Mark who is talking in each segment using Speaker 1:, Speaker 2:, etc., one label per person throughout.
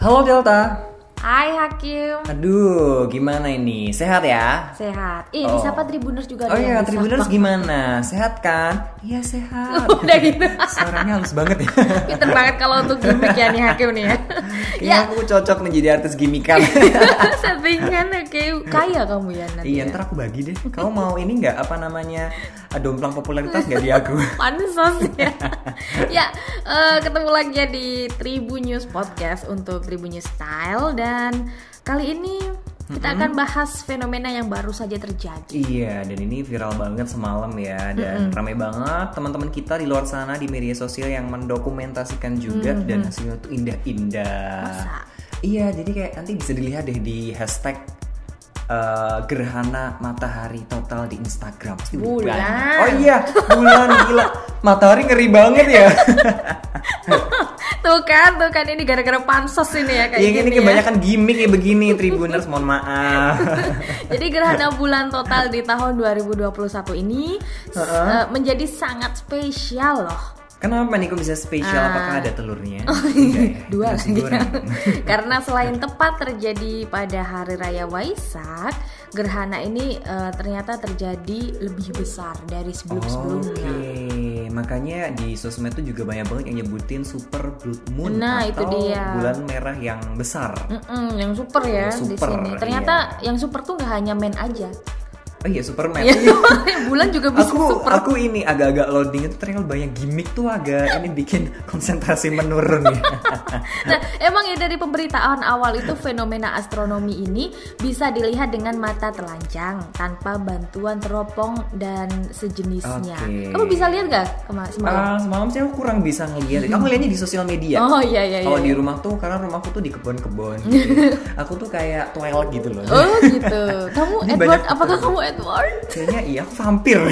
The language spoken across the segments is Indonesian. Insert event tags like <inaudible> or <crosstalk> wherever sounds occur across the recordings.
Speaker 1: Halo Delta.
Speaker 2: Hai Hakim.
Speaker 1: Aduh, gimana ini? Sehat ya?
Speaker 2: Sehat. Ih,
Speaker 1: Oh.
Speaker 2: disapa Tribuners juga
Speaker 1: Oh
Speaker 2: ada yang
Speaker 1: iya,
Speaker 2: disapa.
Speaker 1: Tribuners gimana? Sehat kan? Iya sehat.
Speaker 2: <laughs> Udah gitu.
Speaker 1: Suaranya halus banget ya.
Speaker 2: Pinter banget kalau untuk gimmick ya nih Hakim
Speaker 1: <laughs>
Speaker 2: nih ya.
Speaker 1: Kayaknya Iya, aku cocok nih jadi artis gimikan.
Speaker 2: <laughs> Settingan Hakim kaya kamu ya nanti.
Speaker 1: iya, ntar aku bagi deh. Kamu mau ini nggak? Apa namanya? Domplang popularitas nggak di aku?
Speaker 2: Pansos
Speaker 1: <laughs>
Speaker 2: ya. ya, eh, ketemu lagi ya di Tribun News Podcast untuk Tribun News Style dan kali ini kita akan bahas fenomena yang baru saja terjadi.
Speaker 1: Iya, dan ini viral banget semalam ya, dan ramai banget teman-teman kita di luar sana di media sosial yang mendokumentasikan juga dan hasilnya tuh indah-indah.
Speaker 2: Masa?
Speaker 1: Iya, jadi kayak nanti bisa dilihat deh di hashtag eh, gerhana matahari total di Instagram. Pasti
Speaker 2: Bulan.
Speaker 1: banyak. Oh iya, bulan gila. Matahari ngeri banget ya.
Speaker 2: Tuh kan, tuh kan ini gara-gara pansos ini ya <laughs> kayak
Speaker 1: Iya, ini
Speaker 2: gini ya.
Speaker 1: kebanyakan gimmick ya begini, Tribuners. Mohon
Speaker 2: <laughs>
Speaker 1: maaf.
Speaker 2: Jadi gerhana bulan total di tahun 2021 ini s- eh, menjadi sangat spesial loh.
Speaker 1: Kenapa nih kok bisa spesial? Apakah ada telurnya? Enggak ya,
Speaker 2: Ah. Oh, Dua Iya.
Speaker 1: nasi
Speaker 2: lagi.
Speaker 1: goreng.
Speaker 2: <laughs> Karena selain tepat terjadi pada hari raya Waisak, gerhana ini eh, ternyata terjadi lebih besar dari
Speaker 1: Oke,
Speaker 2: sebelum-sebelumnya.
Speaker 1: makanya di sosmed tuh juga banyak banget yang nyebutin super blood moon
Speaker 2: Nah,
Speaker 1: atau
Speaker 2: itu dia.
Speaker 1: bulan merah yang besar.
Speaker 2: Mm-mm, yang super ya
Speaker 1: Yang
Speaker 2: di
Speaker 1: super, iya.
Speaker 2: sini. Ternyata yang super tuh nggak hanya men aja.
Speaker 1: Oh iya Superman.
Speaker 2: Ya, <laughs> bulan juga bisa
Speaker 1: aku
Speaker 2: <laughs> super.
Speaker 1: aku ini agak-agak loading itu ternyata banyak gimmick tuh agak ini bikin <laughs> konsentrasi menurun ya.
Speaker 2: <laughs> Nah, emang ya dari pemberitaan awal itu fenomena astronomi ini bisa dilihat dengan mata telanjang tanpa bantuan teropong dan sejenisnya.
Speaker 1: Oke.
Speaker 2: Kamu bisa lihat gak kemarin semalam?
Speaker 1: Ah, semalam sih aku kurang bisa ngeliat. Aku ngeliatnya di sosial media.
Speaker 2: Hmm. Oh iya iya.
Speaker 1: Kalau
Speaker 2: iya.
Speaker 1: di rumah tuh karena rumahku tuh di
Speaker 2: <laughs>
Speaker 1: kebon-kebon. gitu. aku tuh kayak toilet gitu loh.
Speaker 2: Oh
Speaker 1: <laughs>
Speaker 2: gitu. Kamu
Speaker 1: Ini
Speaker 2: Edward?
Speaker 1: banyak-
Speaker 2: Apakah kamu Edward?
Speaker 1: Kayaknya iya aku vampir. <laughs>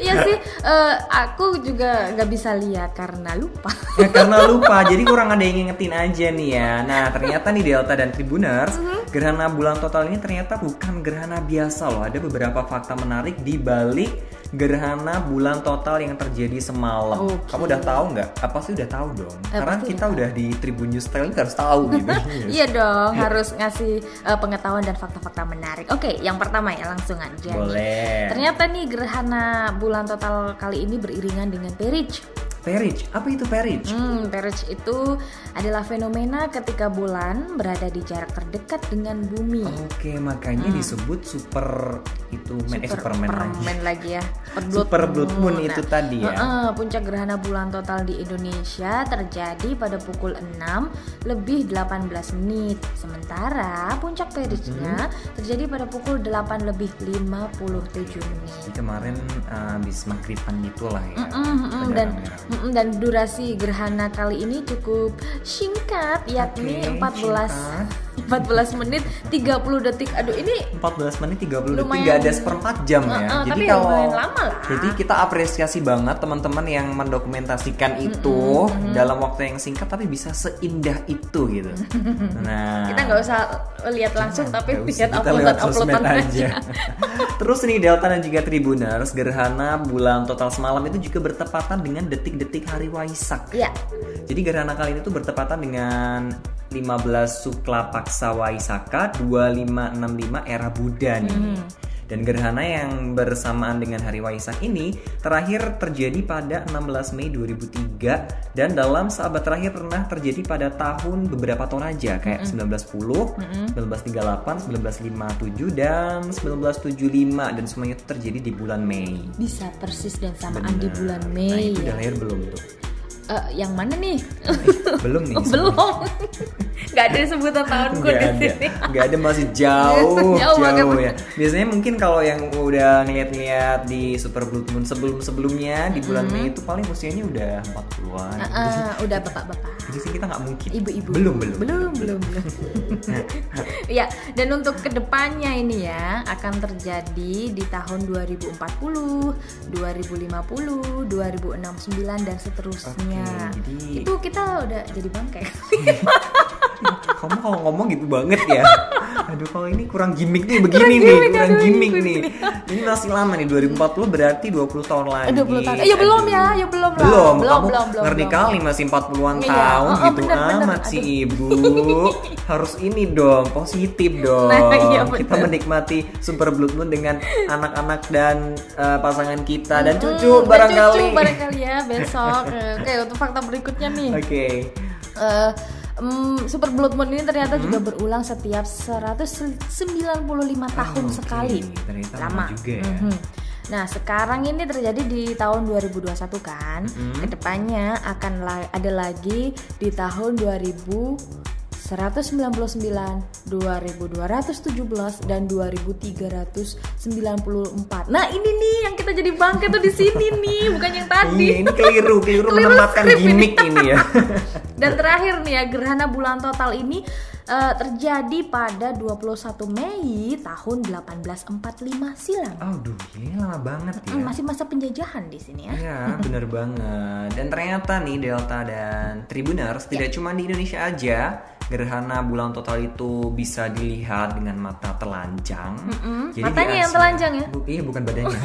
Speaker 2: Iya sih. eh, aku juga nggak bisa lihat karena lupa.
Speaker 1: Ya, karena lupa, jadi kurang ada yang ngingetin aja nih ya. Nah, ternyata nih Delta dan Tribuners,
Speaker 2: Mm-hmm.
Speaker 1: gerhana bulan total ini ternyata bukan gerhana biasa loh. Ada beberapa fakta menarik di balik gerhana bulan total yang terjadi semalam.
Speaker 2: Oke.
Speaker 1: Kamu udah tahu nggak? Apa sih udah tahu dong?
Speaker 2: Eh,
Speaker 1: Karena
Speaker 2: pasti
Speaker 1: kita udah di Tribun News Style ini harus tahu gitu.
Speaker 2: <laughs> Iya dong, harus ngasih eh, pengetahuan dan fakta-fakta menarik. Oke, yang pertama ya langsung aja. nih.
Speaker 1: Boleh.
Speaker 2: Ternyata nih gerhana bulan total kali ini beriringan dengan perij.
Speaker 1: Perich, apa itu perich?
Speaker 2: Hmm, perij itu adalah fenomena ketika bulan berada di jarak terdekat dengan bumi.
Speaker 1: Oke, makanya disebut super itu man, eh,
Speaker 2: Mm. Super-
Speaker 1: Superman lagi.
Speaker 2: Superman lagi
Speaker 1: <laughs>
Speaker 2: ya. Super
Speaker 1: Super Blood Moon
Speaker 2: Nah,
Speaker 1: itu tadi ya.
Speaker 2: heeh, puncak gerhana bulan total di Indonesia terjadi pada pukul 6 lebih 18 menit. Sementara puncak perijnya
Speaker 1: Hmm.
Speaker 2: terjadi pada pukul 8 lebih 57 menit.
Speaker 1: Jadi kemarin eh, habis maghriban gitulah ya.
Speaker 2: Mm, mm,
Speaker 1: Ada
Speaker 2: dan
Speaker 1: kamera.
Speaker 2: mm, dan durasi gerhana kali ini cukup singkat yakni
Speaker 1: Oke,
Speaker 2: 14 14 menit 30 detik. Aduh ini
Speaker 1: 14 menit 30 detik
Speaker 2: Lumayan-
Speaker 1: nggak ada seperempat jam ya.
Speaker 2: Heeh,
Speaker 1: jadi
Speaker 2: tapi
Speaker 1: kalau
Speaker 2: lumayan lama lah.
Speaker 1: jadi kita apresiasi banget teman-teman yang mendokumentasikan itu dalam waktu yang singkat tapi bisa seindah itu
Speaker 2: <laughs>
Speaker 1: gitu. Nah,
Speaker 2: kita nggak usah lihat langsung tapi
Speaker 1: Nggak usah,
Speaker 2: lihat
Speaker 1: kita lewat
Speaker 2: uploadan uploadan
Speaker 1: sosmed
Speaker 2: aja.
Speaker 1: <laughs> Terus nih Delta dan juga Tribuners, gerhana bulan total semalam itu juga bertepatan dengan detik-detik hari Waisak.
Speaker 2: Ya,
Speaker 1: Jadi gerhana kali ini tuh bertepatan dengan 15 Sukla Paksa Waisaka 2565 era Buddha nih.
Speaker 2: Mm-hmm.
Speaker 1: Dan gerhana yang bersamaan dengan hari Waisak ini terakhir terjadi pada 16 Mei 2003 dan dalam sahabat terakhir pernah terjadi pada tahun beberapa tahun aja
Speaker 2: Mm-hmm.
Speaker 1: kayak 1910, 1938, 1957 dan 1975 dan semuanya itu terjadi di bulan Mei.
Speaker 2: bisa persis dan samaan di bulan
Speaker 1: Nah,
Speaker 2: Mei.
Speaker 1: itu
Speaker 2: ya.
Speaker 1: udah lahir belum
Speaker 2: <laughs>
Speaker 1: tuh?
Speaker 2: Eh, yang mana nih?
Speaker 1: belum nih.
Speaker 2: <laughs> Oh, belum. Gak ada sebutan tahunku
Speaker 1: nggak
Speaker 2: di
Speaker 1: ada
Speaker 2: sini.
Speaker 1: nggak ada
Speaker 2: <laughs>
Speaker 1: masih jauh
Speaker 2: Jauh banget.
Speaker 1: jauh ya biasanya mungkin kalau yang udah ngeliat-ngeliat di Super Blue Moon sebelum sebelumnya di bulan
Speaker 2: Mm-hmm.
Speaker 1: Mei itu paling usianya udah 40-an
Speaker 2: Eh, eh, udah bapak-bapak.
Speaker 1: jadi sih kita nggak mungkin
Speaker 2: Ibu-ibu.
Speaker 1: belum belum
Speaker 2: belum belum
Speaker 1: <laughs>
Speaker 2: belum ya dan untuk kedepannya ini ya akan terjadi di tahun 2040 2050 2069 dan
Speaker 1: Oke,
Speaker 2: seterusnya
Speaker 1: jadi
Speaker 2: itu kita udah jadi bangkai
Speaker 1: Kamu kalau ngomong gitu banget
Speaker 2: <laughs>
Speaker 1: ya. Aduh kalau ini kurang gimmick nih begini nih,
Speaker 2: gimmick,
Speaker 1: kurang
Speaker 2: aduh,
Speaker 1: gimmick
Speaker 2: ini
Speaker 1: nih. Ini masih lama nih 2040 berarti 20 tahun lagi.
Speaker 2: 20 tahun. Eh, ya belum ya, ya belum lah.
Speaker 1: Belum,
Speaker 2: Belum,
Speaker 1: kamu
Speaker 2: belum, belum,
Speaker 1: ngerti
Speaker 2: belum.
Speaker 1: kali masih 40-an
Speaker 2: Iya,
Speaker 1: tahun
Speaker 2: oh, oh,
Speaker 1: gitu
Speaker 2: bener, bener.
Speaker 1: amat sih Ibu.
Speaker 2: <laughs>
Speaker 1: Harus ini dong, positif dong.
Speaker 2: Nah, iya,
Speaker 1: Kita
Speaker 2: bener.
Speaker 1: menikmati Super Blood Moon
Speaker 2: <laughs>
Speaker 1: dengan anak-anak dan eh, pasangan kita dan
Speaker 2: Hmm,
Speaker 1: cucu
Speaker 2: <laughs> dan
Speaker 1: barangkali.
Speaker 2: Cucu barangkali ya besok. Eh, Oke, untuk fakta berikutnya nih.
Speaker 1: Oke.
Speaker 2: Eh, mm, Super Blood Moon ini ternyata juga
Speaker 1: Hmm.
Speaker 2: berulang setiap 195 tahun
Speaker 1: Ah, Oke,
Speaker 2: sekali.
Speaker 1: ternyata lama juga ya.
Speaker 2: Mhm. Nah, sekarang ini terjadi di tahun 2021 kan.
Speaker 1: Mhm.
Speaker 2: Kedepannya akan la- ada lagi di tahun 2199, 2217 dan 2394. Nah, ini nih yang kita jadi bangke tuh di sini nih, bukan yang tadi.
Speaker 1: Iya, ini keliru, keliru,
Speaker 2: Keliru
Speaker 1: menempatkan
Speaker 2: skrip ini.
Speaker 1: gimmick ini ya.
Speaker 2: <laughs> Dan terakhir nih ya, gerhana bulan total ini eh, terjadi pada 21 Mei tahun 1845 silam.
Speaker 1: Aduh, ini lama banget ya.
Speaker 2: Hmm, masih masa penjajahan di sini ya.
Speaker 1: Ya, bener banget. Dan ternyata nih Delta dan Tribuners
Speaker 2: Ya.
Speaker 1: tidak cuma di Indonesia aja. Gerhana bulan total itu bisa dilihat dengan mata telanjang. di
Speaker 2: Matanya yang
Speaker 1: Asia-
Speaker 2: telanjang ya?
Speaker 1: Bu- iya, bukan badannya. <laughs>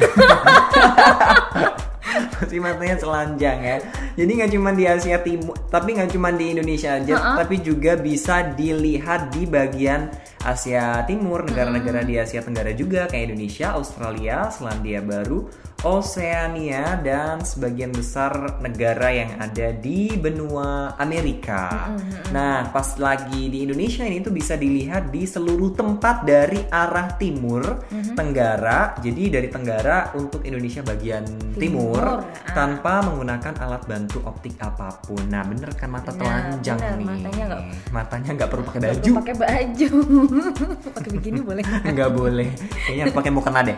Speaker 1: Masih matanya telanjang ya. Jadi nggak cuma di Asia Timur, tapi nggak cuma di Indonesia aja, tapi juga bisa dilihat di bagian Asia Timur, negara-negara di Asia Tenggara juga kayak Indonesia, Australia, Selandia Baru, Oseania dan sebagian besar negara yang ada di benua Amerika. Nah, pas lagi di Indonesia ini tuh bisa dilihat di seluruh tempat dari arah timur, tenggara. Jadi dari tenggara untuk Indonesia bagian timur,
Speaker 2: Timur, ah.
Speaker 1: tanpa menggunakan alat bantu optik apapun. Nah, bener kan mata
Speaker 2: Bener,
Speaker 1: telanjang
Speaker 2: bener.
Speaker 1: nih.
Speaker 2: Matanya nggak-
Speaker 1: Matanya nggak perlu pakai
Speaker 2: Perlu
Speaker 1: baju.
Speaker 2: Pakai baju. <laughs> pakai begini boleh.
Speaker 1: <laughs> Nggak boleh. Kayaknya harus pakai mukena deh.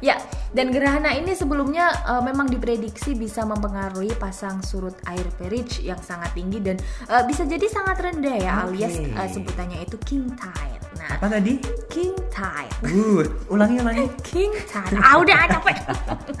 Speaker 2: Ya, dan gerhana ini sebelumnya eh, memang diprediksi bisa mempengaruhi pasang surut air perich yang sangat tinggi dan eh, bisa jadi sangat rendah ya
Speaker 1: Oke.
Speaker 2: alias eh, sebutannya itu king tide. Nah,
Speaker 1: Apa tadi?
Speaker 2: king tide
Speaker 1: Uh, ulangi ulangi.
Speaker 2: King Tide. Ah udah capek.
Speaker 1: <laughs>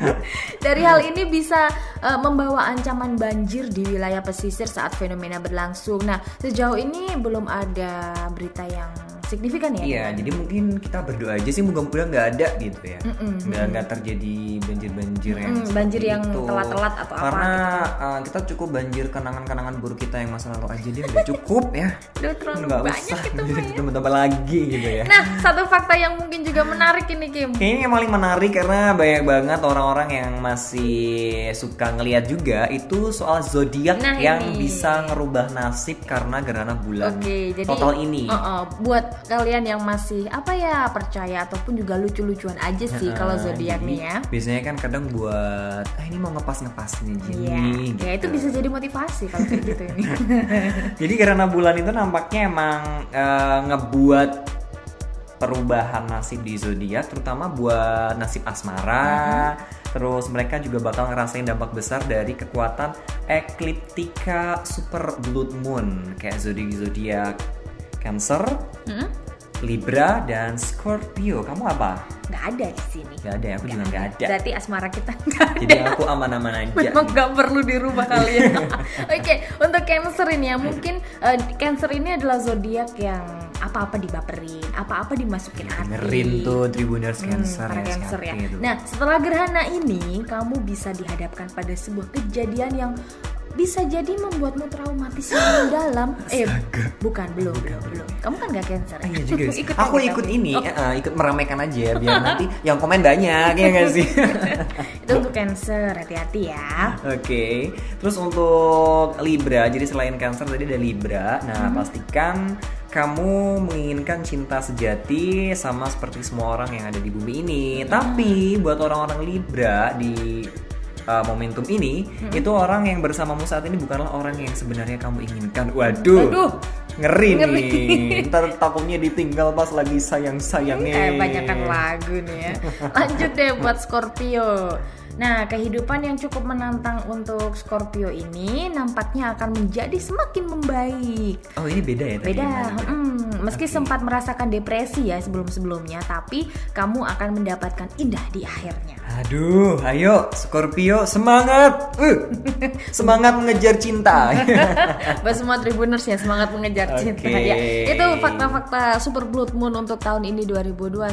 Speaker 2: Dari hal ini bisa eh, membawa ancaman banjir di wilayah pesisir saat fenomena berlangsung. Nah, sejauh ini belum ada berita yang signifikan ya.
Speaker 1: Iya, jadi mungkin kita berdoa aja sih moga-moga nggak ada gitu ya, nggak nggak terjadi banjir-banjir yang
Speaker 2: Mm-mm, banjir
Speaker 1: seperti
Speaker 2: yang
Speaker 1: itu.
Speaker 2: telat-telat atau apa gitu.
Speaker 1: Karena eh, kita cukup banjir kenangan-kenangan buruk kita yang masa lalu aja deh udah cukup ya,
Speaker 2: Udah terlalu
Speaker 1: nggak
Speaker 2: banyak
Speaker 1: usah <laughs>
Speaker 2: gitu. Maya.
Speaker 1: ditambah-tambah lagi gitu ya.
Speaker 2: Nah, satu fakta yang mungkin juga menarik ini Kim.
Speaker 1: Kayaknya yang paling menarik karena banyak banget orang-orang yang masih suka ngelihat juga itu soal zodiak
Speaker 2: Nah,
Speaker 1: yang
Speaker 2: ini.
Speaker 1: bisa ngerubah nasib karena gerhana bulan
Speaker 2: Oke, jadi
Speaker 1: total ini.
Speaker 2: Uh-uh, buat kalian yang masih apa ya percaya ataupun juga lucu-lucuan aja sih kalau
Speaker 1: Nah,
Speaker 2: zodiak
Speaker 1: jadi
Speaker 2: nih ya.
Speaker 1: Biasanya kan kadang buat ah ini mau ngepas ngepas nih jadi.
Speaker 2: Iya,
Speaker 1: gitu.
Speaker 2: ya itu bisa jadi motivasi kalau kayak gitu
Speaker 1: <laughs>
Speaker 2: ini.
Speaker 1: Jadi karena bulan itu nampaknya emang eh, ngebuat perubahan nasib di zodiak terutama buat nasib asmara.
Speaker 2: Mm-hmm.
Speaker 1: Terus mereka juga bakal ngerasain dampak besar dari kekuatan ekliptika super blood moon kayak zodiak zodiak Cancer,
Speaker 2: Hmm?
Speaker 1: Libra dan Scorpio. Kamu apa?
Speaker 2: nggak ada di sini.
Speaker 1: Gak ada, ya? aku juga gak ada.
Speaker 2: Berarti asmara kita nggak ada.
Speaker 1: Jadi ya. aku aman-aman aja.
Speaker 2: <laughs> Memang nggak perlu dirubah kali
Speaker 1: <laughs>
Speaker 2: ya. Oke, untuk Cancer ini ya mungkin eh, Cancer ini adalah zodiak yang apa-apa dibaperin, apa-apa dimasukin hati.
Speaker 1: Dengerin tuh Tribuners
Speaker 2: Hmm,
Speaker 1: Cancer
Speaker 2: para
Speaker 1: ya,
Speaker 2: Cancer ya.
Speaker 1: siapa gitu.
Speaker 2: Nah, setelah gerhana ini kamu bisa dihadapkan pada sebuah kejadian yang bisa jadi membuatmu traumatis
Speaker 1: <gasps>
Speaker 2: yang mendalam. Eh, bukan belum belum belum. Kamu kan nggak Cancer.
Speaker 1: Ah,
Speaker 2: ya?
Speaker 1: iya juga
Speaker 2: <laughs>
Speaker 1: sih.
Speaker 2: Ikut Oh.
Speaker 1: aku
Speaker 2: lagi
Speaker 1: ikut
Speaker 2: tapi.
Speaker 1: ini, eh, eh, ikut meramaikan aja ya, biar nanti yang komen banyak ya nggak sih.
Speaker 2: <laughs> <laughs> Itu untuk Cancer, hati-hati ya.
Speaker 1: Oke, terus untuk Libra, jadi selain Cancer tadi ada Libra. Nah,
Speaker 2: Hmm.
Speaker 1: pastikan kamu menginginkan cinta sejati sama seperti semua orang yang ada di bumi ini.
Speaker 2: Hmm.
Speaker 1: Tapi buat orang-orang Libra di uh, momentum ini,
Speaker 2: Hmm.
Speaker 1: itu orang yang bersamamu saat ini bukanlah orang yang sebenarnya kamu inginkan. Waduh.
Speaker 2: Waduh.
Speaker 1: Ngeri,
Speaker 2: Ngeri.
Speaker 1: nih. <laughs> Ntar takutnya ditinggal pas lagi sayang-sayangnya.
Speaker 2: Kayak banyakan Eh, lagu nih
Speaker 1: <laughs>
Speaker 2: ya. Lanjut deh buat Scorpio. Nah, kehidupan yang cukup menantang untuk Scorpio ini nampaknya akan menjadi semakin membaik.
Speaker 1: Oh, ini beda ya tadi yang
Speaker 2: Beda,
Speaker 1: tadi?
Speaker 2: mm, meski
Speaker 1: <laughs>
Speaker 2: sempat merasakan depresi ya sebelum-sebelumnya, tapi kamu akan mendapatkan indah di akhirnya.
Speaker 1: Aduh, ayo Scorpio semangat.
Speaker 2: <laughs>
Speaker 1: Uh, semangat mengejar cinta. <laughs>
Speaker 2: Buat semua tribuners ya semangat mengejar
Speaker 1: Oke.
Speaker 2: cinta ya. Itu fakta-fakta Super Blood Moon untuk tahun ini 2021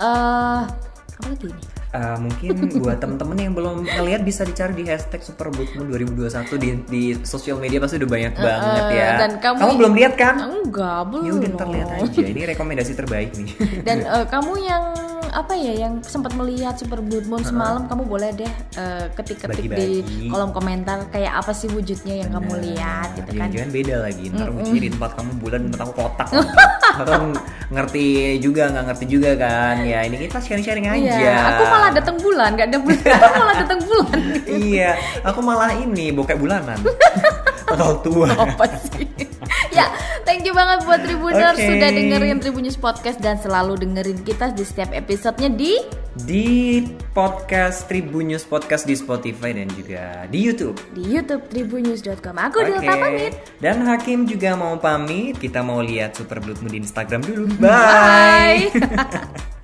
Speaker 2: eh apa lagi ini?
Speaker 1: Eh, mungkin buat temen-temen yang belum ngeliat bisa dicari di hashtag Superbookmoon 2021 di, di sosial media pasti udah banyak banget ya.
Speaker 2: dan kamu-
Speaker 1: belum lihat kan?
Speaker 2: Enggak, belum.
Speaker 1: Ya udah ntar lihat aja. Ini rekomendasi terbaik nih.
Speaker 2: Dan eh, kamu yang apa ya yang sempat melihat Super Blood Moon semalam kamu boleh deh eh, ketik-ketik di
Speaker 1: Bagi-bagi.
Speaker 2: kolom komentar kayak apa sih wujudnya yang kamu lihat gitu kan.
Speaker 1: Jangan beda lagi. Ntar ujian di tempat kamu bulan di tempat aku kotak. Kan ngerti juga nggak ngerti juga kan? Ya ini kita sharing-sharing aja.
Speaker 2: Iya, aku malah datang bulan, nggak ada bulan. <laughs> aku malah datang bulan.
Speaker 1: Iya, aku malah ini bokek
Speaker 2: <laughs>
Speaker 1: bulanan. Atau tua.
Speaker 2: apa sih? <laughs> ya, thank you banget buat Tribuners
Speaker 1: Oke.
Speaker 2: sudah dengerin Tribun News Podcast dan selalu dengerin kita di setiap episodenya di
Speaker 1: di podcast Tribun News Podcast di Spotify dan juga di YouTube.
Speaker 2: di YouTube tribunnews.com. Aku Delta
Speaker 1: Oke.
Speaker 2: pamit.
Speaker 1: Dan Hakim juga mau pamit. Kita mau lihat Super Bloodmu di Instagram dulu. Bye.
Speaker 2: Bye.